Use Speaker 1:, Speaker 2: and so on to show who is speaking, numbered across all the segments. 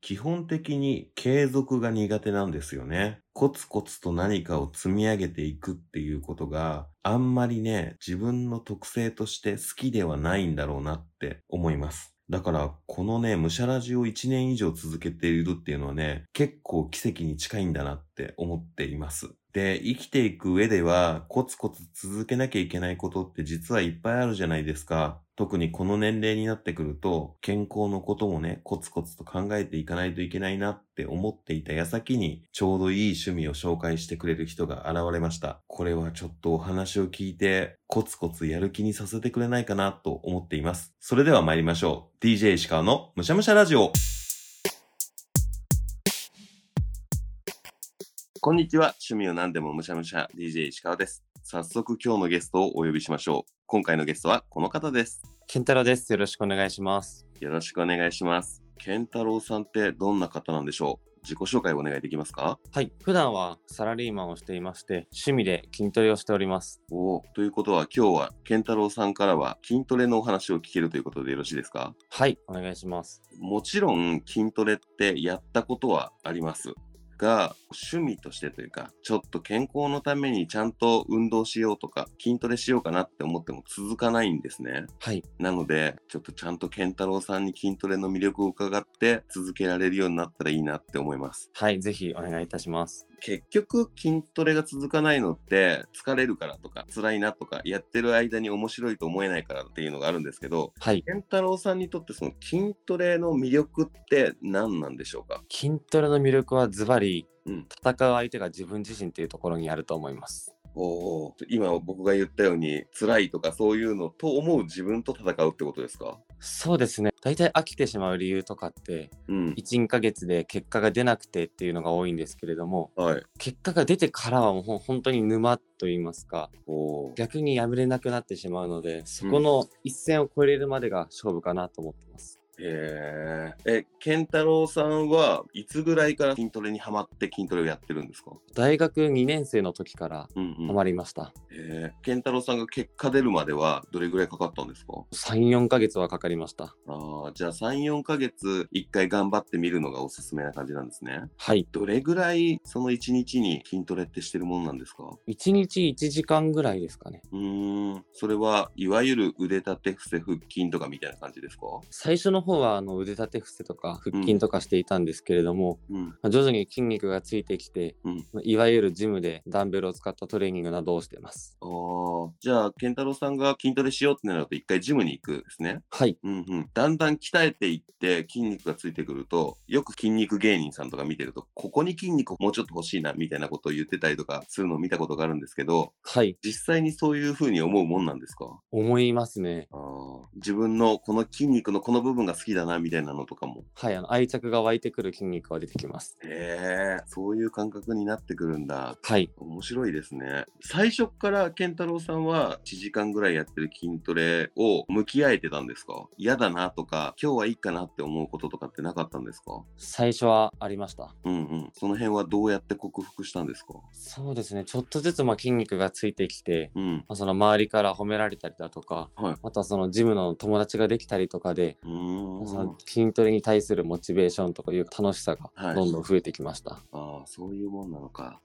Speaker 1: 基本的に継続が苦手なんですよね。コツコツと何かを積み上げていくっていうことがあんまりね、自分の特性として好きではないんだろうなって思います。だから、このね、むしゃらじを1年以上続けているっていうのはね、結構奇跡に近いんだなって思っています。で、生きていく上では、コツコツ続けなきゃいけないことって実はいっぱいあるじゃないですか。特にこの年齢になってくると、健康のこともね、コツコツと考えていかないといけないなって思っていた矢先に、ちょうどいい趣味を紹介してくれる人が現れました。これはちょっとお話を聞いて、コツコツやる気にさせてくれないかなと思っています。それでは参りましょう。DJ 石川のむしゃむしゃラジオ。こんにちは。趣味を何でもむしゃむしゃ DJ 石川です。早速今日のゲストをお呼びしましょう。今回のゲストはこの方です。
Speaker 2: 健太郎です。よろしくお願いします。
Speaker 1: よろしくお願いします。健太郎さんってどんな方なんでしょう自己紹介お願いできますか
Speaker 2: はい。普段はサラリーマンをしていまして、趣味で筋トレをしております。
Speaker 1: おお。ということは今日は健太郎さんからは筋トレのお話を聞けるということでよろしいですか
Speaker 2: はい。お願いします。
Speaker 1: もちろん筋トレってやったことはありますが趣味としてというかちょっと健康のためにちゃんと運動しようとか筋トレしようかなって思っても続かないんですね
Speaker 2: はい。
Speaker 1: なのでちょっとちゃんと健太郎さんに筋トレの魅力を伺って続けられるようになったらいいなって思います
Speaker 2: はい。ぜひお願いいたします。
Speaker 1: 結局筋トレが続かないのって疲れるからとか辛いなとかやってる間に面白いと思えないからっていうのがあるんですけど
Speaker 2: はい。
Speaker 1: 健太郎さんにとってその筋トレの魅力って何なんでしょうか
Speaker 2: 筋トレの魅力はズバリ、
Speaker 1: うん
Speaker 2: 戦う相手が自分自身というところにあると思います。
Speaker 1: おうおう今僕が言ったように辛いとかそういうのと思う自分と戦うってことですか
Speaker 2: そうですね。大体飽きてしまう理由とかって、
Speaker 1: うん
Speaker 2: 1、2ヶ月で結果が出なくてっていうのが多いんですけれども、
Speaker 1: はい
Speaker 2: 結果が出てからはもうほん本当に沼と言いますか、
Speaker 1: おう
Speaker 2: 逆にやめれなくなってしまうのでそこの一線を越えれるまでが勝負かなと思ってます、
Speaker 1: へええ健太郎さんはいつぐらいから筋トレにハマって筋トレをやってるんですか
Speaker 2: 大学2年生の時から
Speaker 1: うんう
Speaker 2: ハ
Speaker 1: んへ
Speaker 2: マりました、
Speaker 1: え健太郎さんが結果出るまではどれぐらいかかったんですか
Speaker 2: 34ヶ月はかかりました
Speaker 1: あーじゃあ34ヶ月1回頑張ってみるのがおすすめな感じなんですね
Speaker 2: はい
Speaker 1: どれぐらいその1日に筋トレってしてるものなんですか
Speaker 2: 1日1時間ぐらいですかね
Speaker 1: うーんそれはいわゆる腕立て伏せ腹筋とかみたいな感じですか
Speaker 2: 最初の方はあの腕立て伏せとか腹筋とかしていたんですけれども、
Speaker 1: うん
Speaker 2: まあ徐々に筋肉がついてきて、
Speaker 1: うん
Speaker 2: まあいわゆるジムでダンベルを使ったトレーニングなどをしてます
Speaker 1: あーじゃあ健太郎さんが筋トレしようってなると一回ジムに行くんですね、
Speaker 2: はい
Speaker 1: うんうん、だんだん鍛えていって筋肉がついてくるとよく筋肉芸人さんとか見てるとここに筋肉もうちょっと欲しいなみたいなことを言ってたりとかするのを見たことがあるんですけど
Speaker 2: はい
Speaker 1: 実際にそういうふうに思うもんなんですか
Speaker 2: 思いますね
Speaker 1: あー自分のこの筋肉のこの部分が好きだなみたいなのとかも
Speaker 2: はいあの愛着が湧いてくる筋肉は出てきます
Speaker 1: へえそういう感覚になってくるんだ
Speaker 2: はい
Speaker 1: 面白いですね最初から健太郎さんは1時間ぐらいやってる筋トレを向き合えてたんですか嫌だなとか今日はいいかなって思うこととかってなかったんですか
Speaker 2: 最初はありました
Speaker 1: うんうんその辺はどうやって克服したんですか
Speaker 2: そうですね、ちょっとずつまあ筋肉がついてきて、
Speaker 1: うん
Speaker 2: まあ、その周りから褒められたりだとか、
Speaker 1: はい
Speaker 2: あとはそのジムの友達ができたりとかで、
Speaker 1: うー
Speaker 2: そ
Speaker 1: ん
Speaker 2: の筋トレに対するモチベーションとかいう楽しさ
Speaker 1: はい
Speaker 2: がどんどん増えてきました。はい、
Speaker 1: ああそういうもんなのか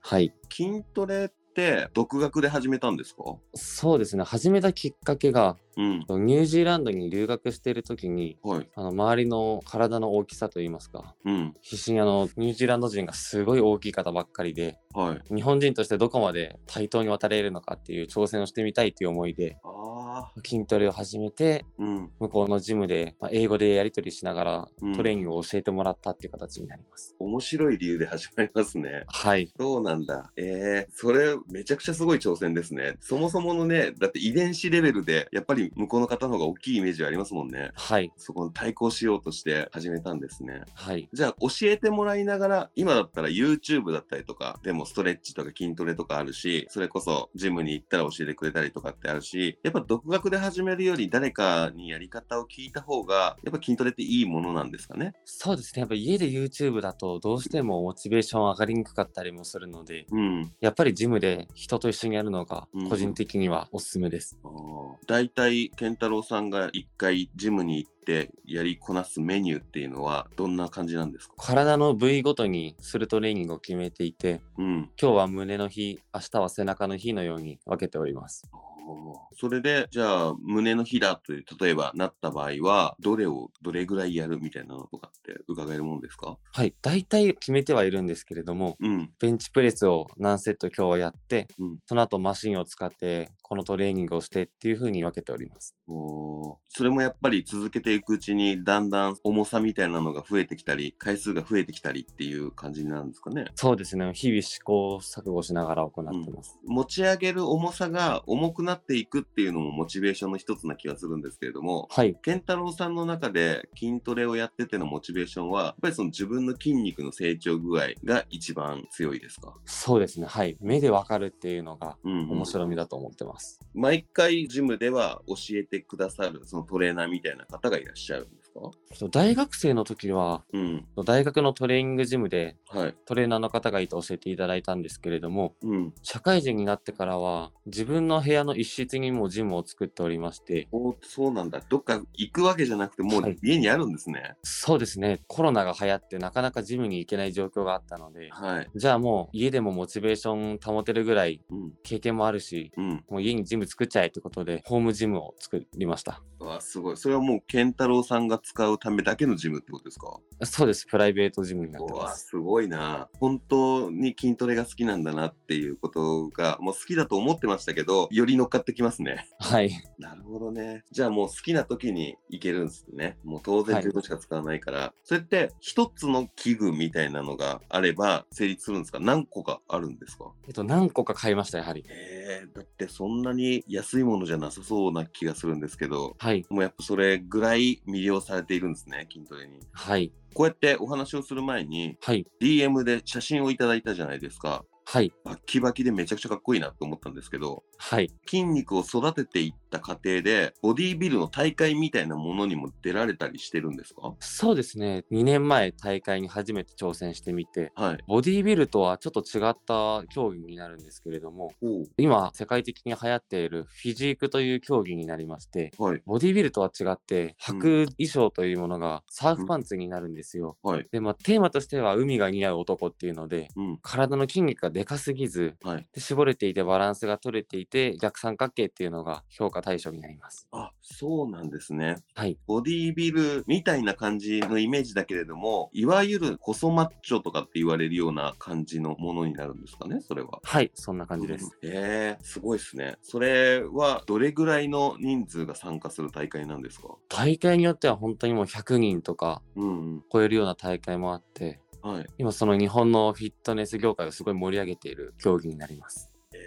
Speaker 1: 筋トレって独学で始めたんですか
Speaker 2: そうですね、始めたきっかけが、
Speaker 1: うん
Speaker 2: ニュージーランドに留学している時に、
Speaker 1: はい
Speaker 2: あの周りの体の大きさといいますか、
Speaker 1: うん
Speaker 2: 必死にあのニュージーランド人がすごい大きい方ばっかりで、
Speaker 1: はい
Speaker 2: 日本人としてどこまで対等に渡れるのかっていう挑戦をしてみたいという思いで、
Speaker 1: ああ
Speaker 2: 筋トレを始めて、
Speaker 1: うん
Speaker 2: 向こうのジムで、まあ、英語でやり取りしながら
Speaker 1: うん
Speaker 2: トレーニングを教えてもらったっていう形になります。
Speaker 1: 面白い理由で始まりますね
Speaker 2: はい。
Speaker 1: そうなんだ。えー、それめちゃくちゃすごい挑戦ですね。そもそものね、だって遺伝子レベルで、やっぱり向こうの方の方が大きいイメージはありますもんね。
Speaker 2: はい。
Speaker 1: そこに対抗しようとして始めたんですね。
Speaker 2: はい。
Speaker 1: じゃあ教えてもらいながら、今だったら YouTube だったりとか、でもストレッチとか筋トレとかあるし、それこそジムに行ったら教えてくれたりとかってあるし、やっぱ独学で始めるより誰かにやり方を聞いた方が、やっぱ筋トレっていいものなんですかね。
Speaker 2: そうですね。やっぱ家で YouTube だとどうしてもモチベーション上がりにくかったりもするので、
Speaker 1: うん。
Speaker 2: やっぱりジムで人と一緒にやるのが
Speaker 1: うん
Speaker 2: 個人的にはおすすめです。
Speaker 1: あー大体、健太郎さんが一回ジムに行ってやりこなすメニューっていうのはどんな感じなんですか
Speaker 2: 体の部位ごとにするトレーニングを決めていて、
Speaker 1: うん。
Speaker 2: 今日は胸の日、明日は背中の日のように分けております。
Speaker 1: あーそれで、じゃあ、胸の日だという、例えばなった場合は、どれをどれぐらいやるみたいなのとかって伺えるもんですか
Speaker 2: はい、大体決めてはいるんですけれども、
Speaker 1: うん。
Speaker 2: ベンチプレスを何セット今日はやって、
Speaker 1: うん
Speaker 2: その後マシンを使って、このトレーニングをしてっていう風に分けております。
Speaker 1: おーそれもやっぱり続けていくうちにだんだん重さみたいなのが増えてきたり回数が増えてきたりっていう感じなんですかね
Speaker 2: そうですね、日々試行錯誤しながら行ってます。
Speaker 1: 持ち上げる重さが重くなっていくっていうのもモチベーションの一つな気がするんですけれども
Speaker 2: はい、
Speaker 1: 健太郎さんの中で筋トレをやっててのモチベーションはやっぱりその自分の筋肉の成長具合が一番強いですか、
Speaker 2: そうですね、はい、目で分かるっていうのが
Speaker 1: うんうん
Speaker 2: 面白みだと思ってます。
Speaker 1: 毎回ジムでは教えてくださるそのトレーナーみたいな方がいらっしゃるんですか
Speaker 2: そう大学生の時は、
Speaker 1: うん
Speaker 2: 大学のトレーニングジムで
Speaker 1: はい
Speaker 2: トレーナーの方がいて教えていただいたんですけれども、
Speaker 1: うん
Speaker 2: 社会人になってからは自分の部屋の一室にもうジムを作っておりまして
Speaker 1: おそうなんだ。どっか行くわけじゃなくて、も
Speaker 2: は
Speaker 1: う
Speaker 2: い
Speaker 1: 家にあるんですね。
Speaker 2: そうですねコロナが流行ってなかなかジムに行けない状況があったので
Speaker 1: はい。
Speaker 2: じゃあもう家でもモチベーション保てるぐらい
Speaker 1: うん。
Speaker 2: 経験もあるし
Speaker 1: うん。
Speaker 2: もう家にジム作っちゃえってことでホームジムを作りました
Speaker 1: わあ、すごい。それはもう、健太郎さんが使うためだけのジムってことですか
Speaker 2: そうですプライベートジムになって
Speaker 1: う
Speaker 2: ま
Speaker 1: わあ、
Speaker 2: す
Speaker 1: すごいな。本当に筋トレが好きなんだなっていうことが、もう好きだと思ってましたけど、より乗っかってきますね。
Speaker 2: はい
Speaker 1: なるほどね。じゃあもう好きな時に行けるんですね。もう当然
Speaker 2: はい
Speaker 1: 自分しか使わないから。それって、一つの器具みたいなのがあれば成立するんですか何個かあるんですか
Speaker 2: えっと何個か買いましたやはり
Speaker 1: えー、だってそんなに安いものじゃなさそうな気がするんですけど、
Speaker 2: はい
Speaker 1: もうやっぱそれぐらい魅了されているんですね、筋トレに。
Speaker 2: はい
Speaker 1: こうやってお話をする前に、
Speaker 2: はい
Speaker 1: DM で写真をいただいたじゃないですか。
Speaker 2: はい
Speaker 1: バッキバキでめちゃくちゃかっこいいなと思ったんですけど、
Speaker 2: はい
Speaker 1: 筋肉を育てていった過程で、ボディービルの大会みたいなものにも出られたりしてるんですか
Speaker 2: そうですね2年前大会に初めて挑戦してみて
Speaker 1: はい。
Speaker 2: ボディービルとはちょっと違った競技になるんですけれども、
Speaker 1: おう
Speaker 2: 今、世界的に流行っているフィジークという競技になりまして、
Speaker 1: はい。
Speaker 2: ボディービルとは違って、
Speaker 1: うん
Speaker 2: 履く衣装というものがサーフパンツになるんですよ。
Speaker 1: はい。
Speaker 2: で、まあ、テーマとしては海が似合う男っていうので、
Speaker 1: うん。
Speaker 2: 体の筋肉がでかすぎず、
Speaker 1: はい。
Speaker 2: で絞れていてバランスが取れていて、逆三角形っていうのが評価対象になります。
Speaker 1: あ、そうなんですね。
Speaker 2: はい。
Speaker 1: ボディービルみたいな感じのイメージだけれども、いわゆる細マッチョとかって言われるような感じのものになるんですかね、それは。
Speaker 2: はい、そんな感じです。
Speaker 1: えー、すごいですね。それはどれぐらいの人数が参加する大会なんですか
Speaker 2: 大会によっては本当にもう100人とか
Speaker 1: うん、
Speaker 2: 超えるような大会もあって、
Speaker 1: うん。はい。
Speaker 2: 今その日本のフィットネス業界をすごい盛り上げている競技になります。
Speaker 1: え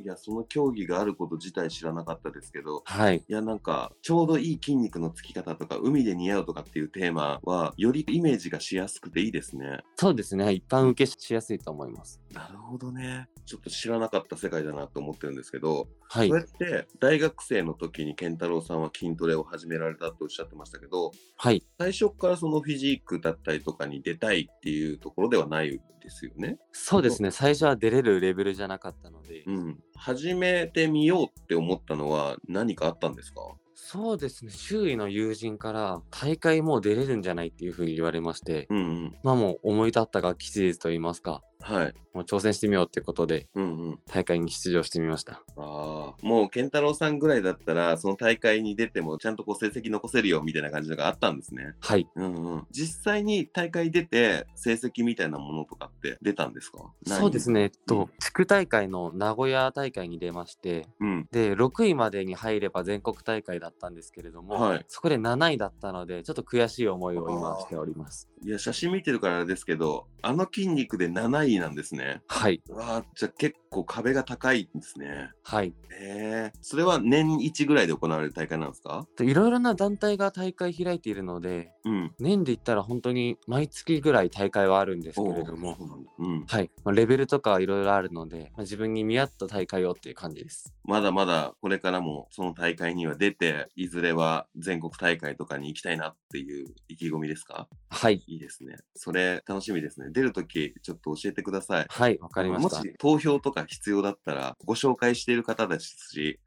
Speaker 1: ー、いや、その競技があること自体知らなかったですけど、
Speaker 2: はい。
Speaker 1: いや、なんか、ちょうどいい筋肉のつき方とか、海で似合うとかっていうテーマは、よりイメージがしやすくていいですね。
Speaker 2: そうですね。一般受けしやすいと思います。
Speaker 1: なるほどね。ちょっと知らなかった世界だなと思ってるんですけど、
Speaker 2: はい
Speaker 1: そう。やって大学生の時に健太郎さんは筋トレを始められたとおっしゃってましたけど
Speaker 2: はい。
Speaker 1: 最初からそのフィジークだったりとかに出たいっていうところではないですよね。
Speaker 2: そうですね。最初は出れるレベルじゃなかったので、
Speaker 1: うん、始めてみようって思ったのは何かあったんですか
Speaker 2: そうですね。周囲の友人から大会もう出れるんじゃないっていうふうに言われまして、
Speaker 1: うんうん
Speaker 2: まあもう思い立ったが吉日と言いますか、
Speaker 1: はい。
Speaker 2: もう挑戦してみようってことで
Speaker 1: うんうん、
Speaker 2: 大会に出場してみました。
Speaker 1: あーもう健太郎さんぐらいだったらその大会に出てもちゃんとこう成績残せるよみたいな感じのがあったんですね、
Speaker 2: はい。
Speaker 1: うんうん、実際に大会出て成績みたいなものとかって出たんですか
Speaker 2: そうです
Speaker 1: ね、
Speaker 2: ね。えっ
Speaker 1: う
Speaker 2: と
Speaker 1: ん、
Speaker 2: 地区大会の名古屋大会に出まして、
Speaker 1: うん、
Speaker 2: で6位までに入れば全国大会だったんですけれども、
Speaker 1: はい
Speaker 2: そこで7位だったのでちょっと悔しい思いを今しております
Speaker 1: いや、写真見てるからあれですけど、あの筋肉で7位なんですね。
Speaker 2: はい
Speaker 1: わあ、じゃあ結構壁が高いんですね。
Speaker 2: はい。
Speaker 1: ええそれは年一ぐらいで行われる大会なんですか
Speaker 2: でいろいろな団体が大会開いているので、
Speaker 1: うん。
Speaker 2: 年で言ったら本当に毎月ぐらい大会はあるんですけれども
Speaker 1: おー、そうなんだうん。
Speaker 2: はい。まあ、レベルとかいろいろあるので、まあ、自分に見合った大会をっていう感じです。
Speaker 1: まだまだこれからもその大会には出て、いずれは全国大会とかに行きたいなっていう意気込みですか
Speaker 2: はい。
Speaker 1: いいですね。それ楽しみですね。出るときちょっと教えてください。
Speaker 2: はい、わかりました
Speaker 1: も。し投票とか必要だったら、ご紹介している方です し、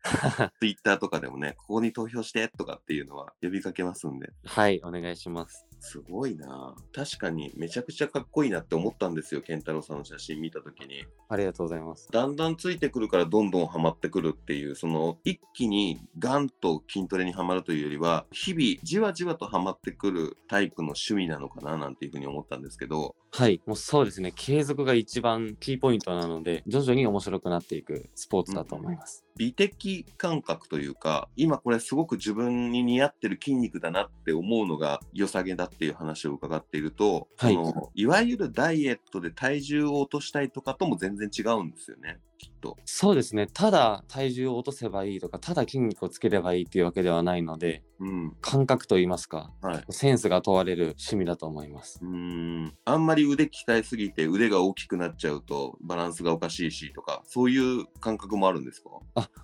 Speaker 1: ツイッターとかでもね、ここに投票してとかっていうのは呼びかけますんで。
Speaker 2: はい、お願いします。
Speaker 1: すごいなぁ確かにめちゃくちゃかっこいいなって思ったんですよ、健太郎さんの写真見たときに。
Speaker 2: ありがとうございます。
Speaker 1: だんだんついてくるからどんどんハマってくるっていう、その一気にガンと筋トレにはまるというよりは、日々じわじわとハマってくるタイプの趣味なのかななんていうふうに思ったんですけど、
Speaker 2: はい、もうそうですね。継続が一番キーポイントなので、徐々に面白くなっていくスポーツだと思います。
Speaker 1: 美的感覚というか今これすごく自分に似合ってる筋肉だなって思うのが良さげだっていう話を伺っていると、
Speaker 2: はい
Speaker 1: そのいわゆるダイエットで体重を落としたいとかとも全然違うんですよねきっと。
Speaker 2: そうですね。ただ体重を落とせばいいとか、ただ筋肉をつければいいっていうわけではないので、
Speaker 1: うん
Speaker 2: 感覚といいますか、
Speaker 1: はい、
Speaker 2: センスが問われる趣味だと思います
Speaker 1: う。ーんあんまり腕鍛えすぎて腕が大きくなっちゃうとバランスがおかしいしとかそういう感覚もあるんですか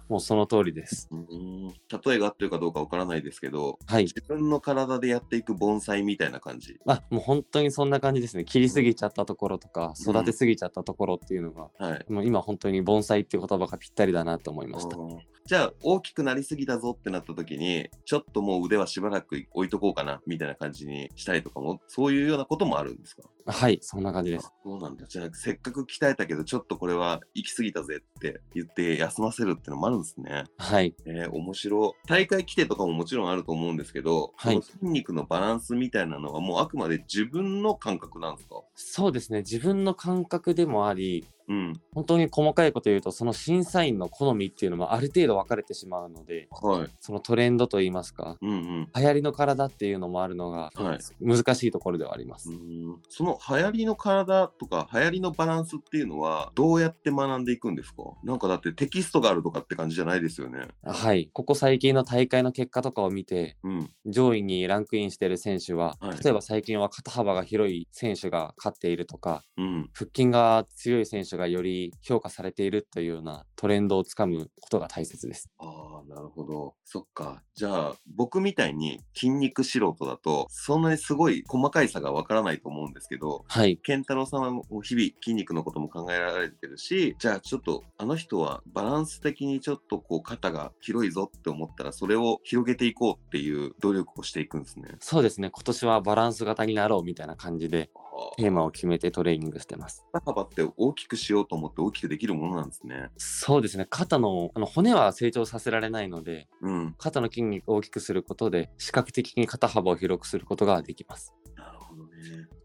Speaker 2: もうその通りです。
Speaker 1: うーん例えが合ってるかどうかわからないですけど
Speaker 2: はい。
Speaker 1: 自分の体でやっていく盆栽みたいな感じ
Speaker 2: あ、もう本当にそんな感じですね。切りすぎちゃったところとか、
Speaker 1: うん
Speaker 2: 育てすぎちゃったところっていうのが、
Speaker 1: はい
Speaker 2: もう今本当に盆栽っていう言葉がぴったりだなと思いました。
Speaker 1: うんじゃあ大きくなりすぎだぞってなった時にちょっともう腕はしばらく置いとこうかなみたいな感じにしたりとかもそういうようなこともあるんですか
Speaker 2: はい、そんな感じです。
Speaker 1: あそうなんだじゃあせっかく鍛えたけどちょっとこれは行き過ぎたぜって言って休ませるってのもあるんですね
Speaker 2: はい、
Speaker 1: えー面白い大会規定とかももちろんあると思うんですけど、
Speaker 2: はい
Speaker 1: その筋肉のバランスみたいなのはもうあくまで自分の感覚なんですか
Speaker 2: そうですね。自分の感覚でもあり、
Speaker 1: うん
Speaker 2: 本当に細かいこと言うと、その審査員の好みっていうのもある程度分かれてしまうので、
Speaker 1: はい
Speaker 2: そのトレンドといいますか、
Speaker 1: うんうん
Speaker 2: 流行りの体っていうのもあるのが、
Speaker 1: はい
Speaker 2: 難しいところではあります。
Speaker 1: うんその流行りの体とか流行りのバランスっていうのはどうやって学んでいくんですかなんかだってテキストがあるとかって感じじゃないですよね。
Speaker 2: はい、ここ最近の大会の結果とかを見て、
Speaker 1: うん。
Speaker 2: 上位にランクインしている選手は、
Speaker 1: はい
Speaker 2: 例えば最近は肩幅が広い選手が勝っているとか、
Speaker 1: うん。
Speaker 2: 腹筋が強い選手がより評価されているというようなトレンドをつかむことが大切です。
Speaker 1: ああ、なるほど。そっか。じゃあ僕みたいに筋肉素人だとそんなにすごい細かい差がわからないと思うんですけど、
Speaker 2: はい、
Speaker 1: 健太郎さんはもう日々筋肉のことも考えられてるしじゃあちょっとあの人はバランス的にちょっとこう肩が広いぞって思ったらそれを広げていこうっていう努力をしていくんですね。
Speaker 2: そうですね、今年はバランス型になろうみたいな感じで、テーマを決めてトレーニングしてます。
Speaker 1: 肩幅って大きくしようと思って大きくできるものなんですね。
Speaker 2: そうですね、肩のあの骨は成長させられないので、
Speaker 1: うん。
Speaker 2: 肩の筋肉を大きくすることで、視覚的に肩幅を広くすることができます。
Speaker 1: なるほどね。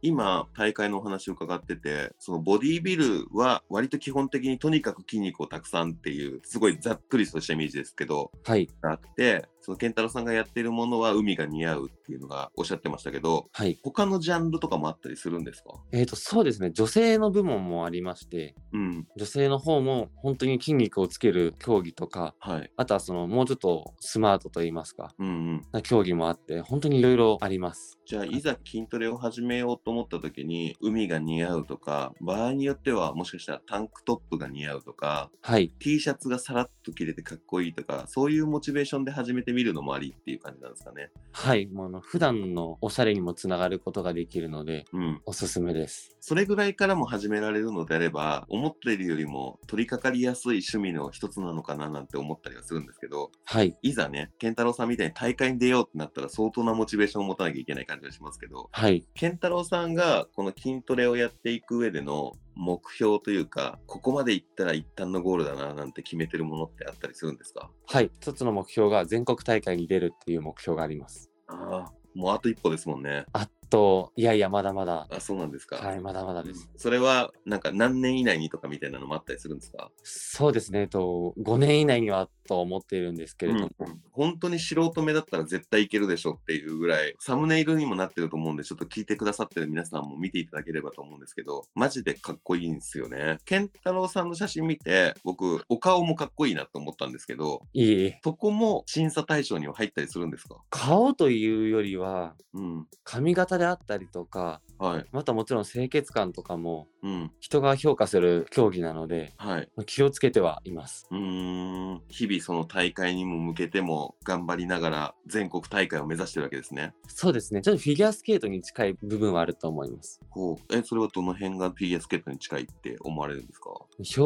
Speaker 1: 今大会のお話を伺っててそのボディービルは割と基本的にとにかく筋肉をたくさんっていうすごいざっくりとしたイメージですけど
Speaker 2: はい、
Speaker 1: なくてその健太郎さんがやっているものは海が似合うっていうのがおっしゃってましたけど
Speaker 2: はい。
Speaker 1: 他のジャンルとかもあったりするんですか
Speaker 2: えっ、と、そうですね、女性の部門もありまして、
Speaker 1: うん。
Speaker 2: 女性の方も本当に筋肉をつける競技とか、
Speaker 1: はい。
Speaker 2: あとはそのもうちょっとスマートといいますか、
Speaker 1: うんうん。
Speaker 2: な競技もあって、本当にいろいろあります。
Speaker 1: じゃあ、いざ筋トレを始めようと思った時に、海が似合うとか、場合によってはもしかしたらタンクトップが似合うとか、
Speaker 2: はい、
Speaker 1: T シャツがさらっと着れてかっこいいとか、そういうモチベーションで始めてみるのもありっていう感じなんですかね。
Speaker 2: はい、もうあの普段のおしゃれにもつながることができるので、
Speaker 1: うん。
Speaker 2: おすすめです。
Speaker 1: それぐらいからも始められるのであれば、思っているよりも取り掛かりやすい趣味の一つなのかななんて思ったりはするんですけど、
Speaker 2: はい、
Speaker 1: いざね、健太郎さんみたいに大会に出ようってなったら相当なモチベーションを持たなきゃいけない感じがしますけど、
Speaker 2: はい、
Speaker 1: 健太郎さんがこの筋トレをやっていく上での目標というかここまでいったら一旦のゴールだななんて決めてるものってあったりするんですか
Speaker 2: はい、一つの目標が全国大会に出るっていう目標があります。
Speaker 1: ああもうあと一歩ですもんね
Speaker 2: あっと、いやいや、まだまだ、
Speaker 1: あ、そうなんですか。
Speaker 2: はい、まだまだです。
Speaker 1: それは、なんか何年以内にとかみたいなのもあったりするんですか
Speaker 2: そうですね、えっと、5年以内にはと思っているんですけれども、
Speaker 1: うん本当に素人目だったら絶対いけるでしょっていうぐらい、サムネイルにもなってると思うんで、ちょっと聞いてくださってる皆さんも見ていただければと思うんですけど、マジでかっこいいんですよね。ケンタロウさんの写真見て、僕、お顔もかっこいいなと思ったんですけど、
Speaker 2: いい
Speaker 1: そこも審査対象には入ったりするんですか
Speaker 2: 顔というよりは、
Speaker 1: うん。
Speaker 2: 髪型であったりとか、
Speaker 1: はい。
Speaker 2: またもちろん清潔感とかも、
Speaker 1: うん。
Speaker 2: 人が評価する競技なので、
Speaker 1: はい。
Speaker 2: 気をつけてはいます。
Speaker 1: うーん。日々その大会にも向けても頑張りながら全国大会を目指してるわけですね。
Speaker 2: そうですね、ちょっとフィギュアスケートに近い部分はあると思います。
Speaker 1: ほう。え、それはどの辺がフィギュアスケートに近いって思われるんですか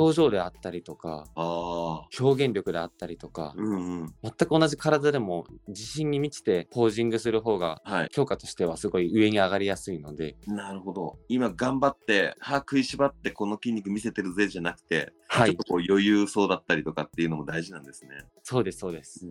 Speaker 2: 表情であったりとか、
Speaker 1: ああ。
Speaker 2: 表現力であったりとか、
Speaker 1: うんうん。
Speaker 2: 全く同じ体でも自信に満ちてポージングする方が
Speaker 1: はい。
Speaker 2: 評価としてはすごい上に上がりやすいので、
Speaker 1: なるほど。今頑張って、歯食いしばってこの筋肉見せてるぜじゃなくて、
Speaker 2: は
Speaker 1: ちょっ
Speaker 2: い
Speaker 1: と、こう余裕そうだったりとかっていうのも大事なんですね。
Speaker 2: そうです、そうです。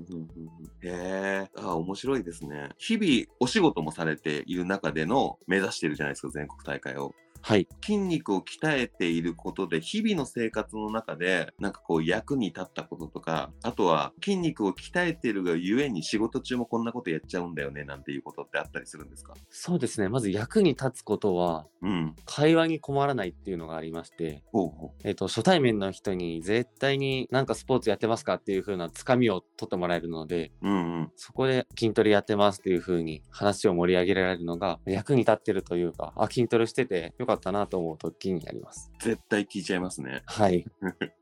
Speaker 1: へえ、あ面白いですね。日々お仕事もされている中での目指してるじゃないですか、全国大会を。
Speaker 2: はい、
Speaker 1: 筋肉を鍛えていることで日々の生活の中でなんかこう役に立ったこととかあとは筋肉を鍛えているがゆえに仕事中もこんなことやっちゃうんだよねなんていうことってあったりするんですか
Speaker 2: そうですね、まず役に立つことは、
Speaker 1: うん
Speaker 2: 会話に困らないっていうのがありまして、
Speaker 1: ほうほ
Speaker 2: えっと、初対面の人に絶対になんかスポーツやってますかっていう風なつかみを取ってもらえるので、
Speaker 1: ううんうん
Speaker 2: そこで筋トレやってますっていう風に話を盛り上げられるのが役に立ってるというか、あ、筋トレしててよかったなと思う時になります。
Speaker 1: 絶対聞いちゃいますね
Speaker 2: はい、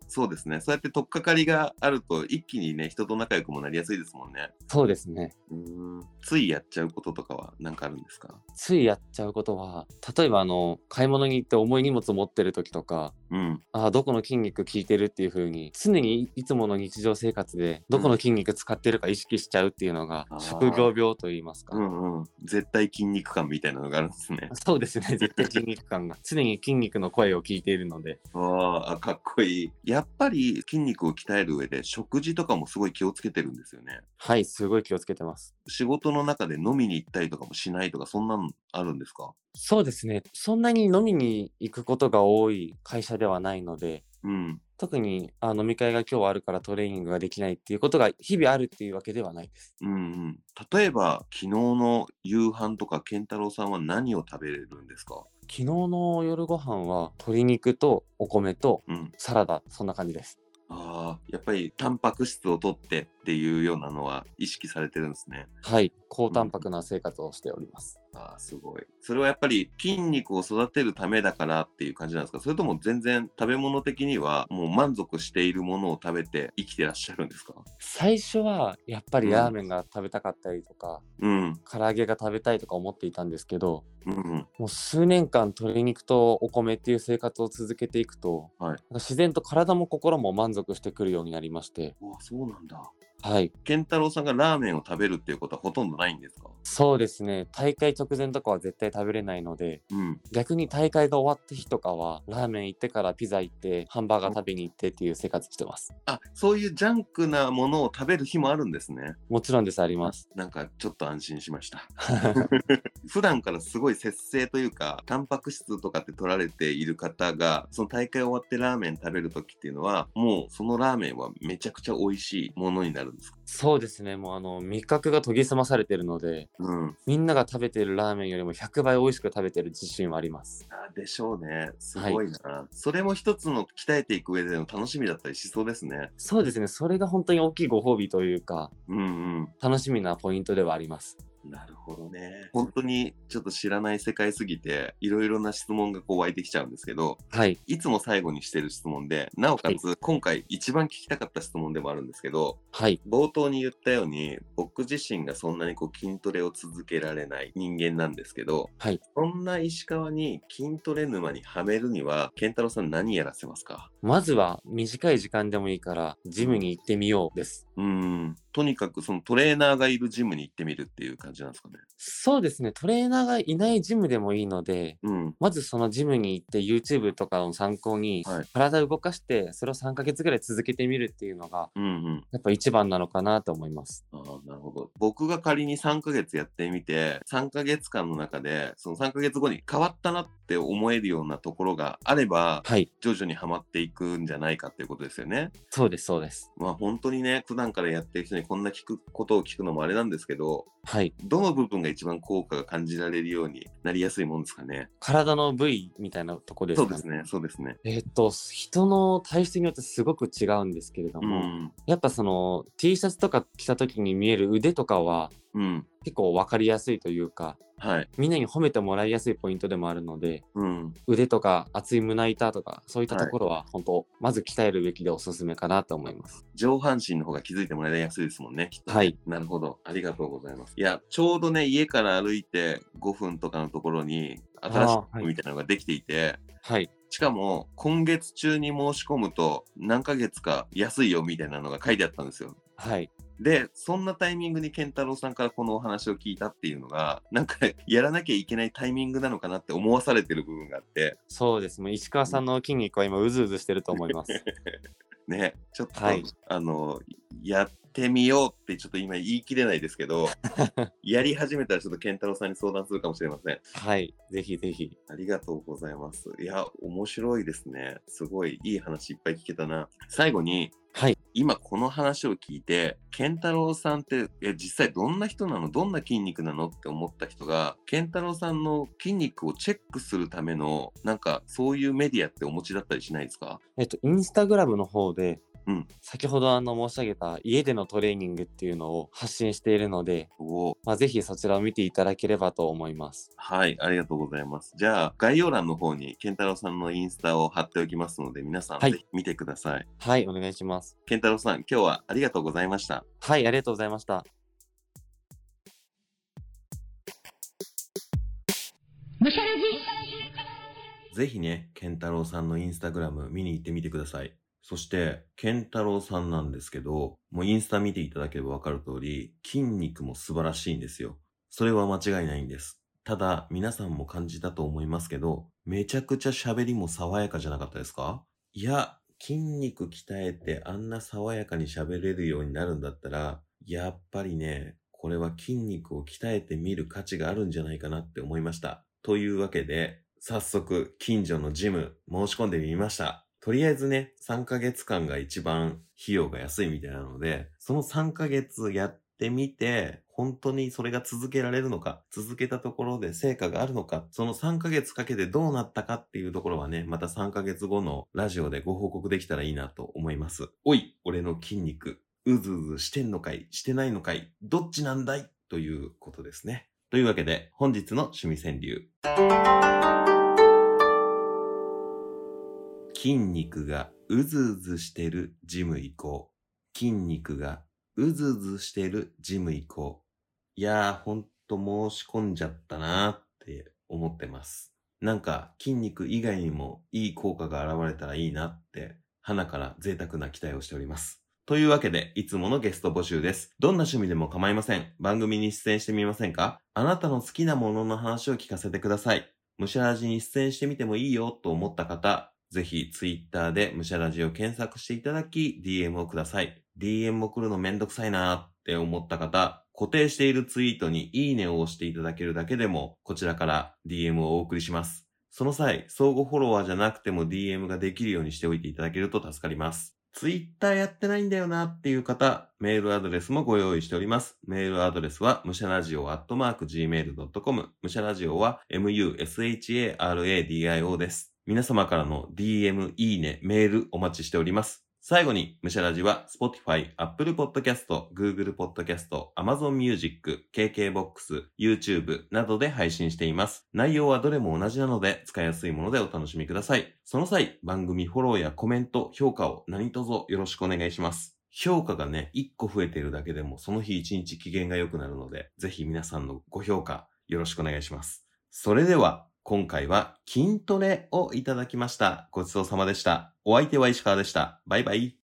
Speaker 1: そうですねそうやって取っかかりがあると一気にね人と仲良くもなりやすいですもんね
Speaker 2: そうですね。
Speaker 1: うんついやっちゃうこととかは何かあるんですか
Speaker 2: ついやっちゃうことは例えばあの買い物に行って重い荷物持ってる時とか
Speaker 1: うん
Speaker 2: あーどこの筋肉効いてるっていう風に常にいつもの日常生活でどこの筋肉使ってるか意識しちゃうっていうのが
Speaker 1: あー
Speaker 2: 職業病といいますか、
Speaker 1: うんうん絶対筋肉感みたいなのがあるんですね
Speaker 2: そうですね絶対筋肉 感が常に筋肉の声を聞いているので
Speaker 1: ああ、かっこいい。やっぱり筋肉を鍛える上で食事とかもすごい気をつけてるんですよね。
Speaker 2: はいすごい気をつけてます
Speaker 1: 仕事の中で飲みに行ったりとかもしないとか、そんなのあるんですか
Speaker 2: そうですねそんなに飲みに行くことが多い会社ではないので
Speaker 1: うん。
Speaker 2: 特にあ飲み会が今日はあるからトレーニングができないっていうことが日々あるっていうわけではないです
Speaker 1: うんうん。例えば、昨日の夕飯とか、健太郎さんは何を食べれるんですか
Speaker 2: 昨日の夜ご飯は鶏肉とお米と
Speaker 1: うん。
Speaker 2: サラダそんな感じです
Speaker 1: ああ、やっぱりタンパク質を取ってっていうようなのは意識されてるんですね。
Speaker 2: はい高タンパクな生活をしております、
Speaker 1: ああ、すごい。それはやっぱり筋肉を育てるためだからっていう感じなんですかそれとも全然食べ物的にはもう満足しているものを食べて生きてらっしゃるんですか
Speaker 2: 最初はやっぱりラーメンが食べたかったりとか、
Speaker 1: うん。
Speaker 2: 唐揚げが食べたいとか思っていたんですけど
Speaker 1: うんうん。
Speaker 2: もう数年間鶏肉とお米っていう生活を続けていくと、
Speaker 1: はい
Speaker 2: なんか自然と体も心も満足してくるようになりまして
Speaker 1: うわ、そうなんだ。
Speaker 2: はい
Speaker 1: 健太郎さんがラーメンを食べるっていうことはほとんどないんですか
Speaker 2: そうですね大会直前とかは絶対食べれないので
Speaker 1: うん。
Speaker 2: 逆に大会が終わった日とかはラーメン行ってからピザ行ってハンバーガー食べに行ってっていう生活してます
Speaker 1: あ、そういうジャンクなものを食べる日もあるんですね。
Speaker 2: もちろんですあります
Speaker 1: なんかちょっと安心しました。普段からすごい節制というかタンパク質とかって取られている方がその大会終わってラーメン食べる時っていうのはもうそのラーメンはめちゃくちゃ美味しいものになるんですか
Speaker 2: そうですねもうあの味覚が研ぎ澄まされてるので
Speaker 1: うん
Speaker 2: みんなが食べてるラーメンよりも100倍美味しく食べてる自信はあります
Speaker 1: あでしょうねすごいな、それも一つの鍛えていく上での楽しみだったりしそうですね
Speaker 2: そうですねそれが本当に大きいご褒美というか
Speaker 1: うんうん
Speaker 2: 楽しみなポイントではあります
Speaker 1: なるほどね本当にちょっと知らない世界すぎていろいろな質問がこう湧いてきちゃうんですけど
Speaker 2: はい
Speaker 1: いつも最後にしてる質問でなおかつ今回一番聞きたかった質問でもあるんですけど
Speaker 2: はい
Speaker 1: 冒頭に言ったように僕自身がそんなにこう筋トレを続けられない人間なんですけど、
Speaker 2: はい
Speaker 1: そんな石川に筋トレ沼にはめるには健太郎さん何やらせますか
Speaker 2: まずは短い時間でもいいからジムに行ってみようです
Speaker 1: うーんとにかくそのトレーナーがいるジムに行ってみるっていう感じなんですかね。
Speaker 2: そうですね、トレーナーがいないジムでもいいので、
Speaker 1: うん。
Speaker 2: まずそのジムに行って YouTube とかを参考に
Speaker 1: はい
Speaker 2: 体を動かしてそれを3ヶ月ぐらい続けてみるっていうのが
Speaker 1: うんうん。
Speaker 2: やっぱ一番なのかなと思います。
Speaker 1: ああ、なるほど。僕が仮に3ヶ月やってみて、3ヶ月間の中で、その3ヶ月後に変わったなって思えるようなところがあれば、
Speaker 2: はい、
Speaker 1: 徐々にはまっていくんじゃないかっていうことですよね。
Speaker 2: そうですそうです。
Speaker 1: まあ本当にね、普段からやってる人にこんな聞くことを聞くのもあれなんですけど、
Speaker 2: はい、
Speaker 1: どの部分が一番効果が感じられるようになりやすいもんですかね。
Speaker 2: 体の部位みたいなとこです
Speaker 1: そう
Speaker 2: か、
Speaker 1: ですね、そうですね。
Speaker 2: えーっと人の体質によってすごく違うんですけれど
Speaker 1: う
Speaker 2: も、
Speaker 1: ん。
Speaker 2: やっぱその T シャツとか着た時に見える腕とかは
Speaker 1: うん。
Speaker 2: 結構分かりやすいというか
Speaker 1: はい。
Speaker 2: みんなに褒めてもらいやすいポイントでもあるので
Speaker 1: うん。
Speaker 2: 腕とか厚い胸板とかそういった
Speaker 1: はい
Speaker 2: ところは本当、まず鍛えるべきでおすすめかなと思います。
Speaker 1: 上半身の方が気づいてもらいやすいですもんね。きっとね
Speaker 2: はい。
Speaker 1: なるほど。ありがとうございます。いや、ちょうどね、家から歩いて5分とかのところに、新し
Speaker 2: あーはい
Speaker 1: いみたいなのができていて、
Speaker 2: はい
Speaker 1: しかも、今月中に申し込むと、何ヶ月か安いよみたいなのが書いてあったんですよ。
Speaker 2: はい
Speaker 1: で、そんなタイミングに健太郎さんからこのお話を聞いたっていうのが、なんか、やらなきゃいけないタイミングなのかなって思わされてる部分があって、
Speaker 2: そうですもう石川さんの筋肉は今うずうずしてると思います
Speaker 1: ね、ちょっと、
Speaker 2: はい
Speaker 1: あの、やってみようってちょっと今言い切れないですけ ど、やり始めたらちょっと健太郎さんに相談するかもしれません。
Speaker 2: はいぜひぜひ
Speaker 1: ありがとうございます。いや、面白いですね。すごいいい話いっぱい聞けたな。最後に、
Speaker 2: はい
Speaker 1: 今この話を聞いて、健太郎さんって、え、実際どんな人なのどんな筋肉なのって思った人が、健太郎さんの筋肉をチェックするための、なんかそういうメディアってお持ちだったりしないですか
Speaker 2: えっとインスタグラムの方で、
Speaker 1: うん
Speaker 2: 先ほどあの申し上げた家でのトレーニングっていうのを発信しているので、
Speaker 1: おー
Speaker 2: まあ、ぜひそちらを見ていただければと思います
Speaker 1: はい、ありがとうございます。じゃあ、概要欄の方に健太郎さんのインスタを貼っておきますので、皆さん
Speaker 2: はい
Speaker 1: ぜひ見てください。
Speaker 2: はいお願いします
Speaker 1: 健太郎さん、今日はありがとうございました。
Speaker 2: はいありがとうございました
Speaker 3: むしゃらじ
Speaker 1: ぜひね、健太郎さんのインスタグラム見に行ってみてください。そして、健太郎さんなんですけど、もうインスタ見ていただければわかる通り、筋肉も素晴らしいんですよ。それは間違いないんです。ただ、皆さんも感じたと思いますけど、めちゃくちゃ喋りも爽やかじゃなかったですかいや、筋肉鍛えてあんな爽やかに喋れるようになるんだったら、やっぱりね、これは筋肉を鍛えてみる価値があるんじゃないかなって思いました。というわけで、早速、近所のジム申し込んでみました。とりあえずね、3ヶ月間が一番費用が安いみたいなので、その3ヶ月やってみて、本当にそれが続けられるのか、続けたところで成果があるのか、その3ヶ月かけてどうなったかっていうところはね、また3ヶ月後のラジオでご報告できたらいいなと思います。おい、俺の筋肉、うずうずしてんのかい、してないのかい、どっちなんだいということですね。というわけで、本日の趣味川柳。筋肉がうずうずしてるジム行こう。筋肉がうずうずしてるジム行こう。いやー、ほんと申し込んじゃったなーって思ってます。なんか筋肉以外にもいい効果が現れたらいいなって、花から贅沢な期待をしております。というわけで、いつものゲスト募集です。どんな趣味でも構いません。番組に出演してみませんかあなたの好きなものの話を聞かせてください。むしゃらじに出演してみてもいいよと思った方、ぜひツイッターでむしゃらじを検索していただき、DM をください。DM 送るのめんどくさいなーって思った方、固定しているツイートにいいねを押していただけるだけでも、こちらから DM をお送りします。その際、相互フォロワーじゃなくても DM ができるようにしておいていただけると助かります。Twitter やってないんだよなっていう方、メールアドレスもご用意しております。メールアドレスは、むしゃラジオアットマーク gmail.com。むしゃラジオは、musharadio です。皆様からの DM、いいね、メールお待ちしております。最後に、むしゃラジは、Spotify、Apple Podcast、Google Podcast、Amazon Music、KKBOX、YouTube などで配信しています。内容はどれも同じなので、使いやすいものでお楽しみください。その際、番組フォローやコメント、評価を何卒よろしくお願いします。評価がね、1個増えているだけでも、その日1日機嫌が良くなるので、ぜひ皆さんのご評価、よろしくお願いします。それでは、今回は筋トレをいただきました。ごちそうさまでした。お相手は石川でした。バイバイ。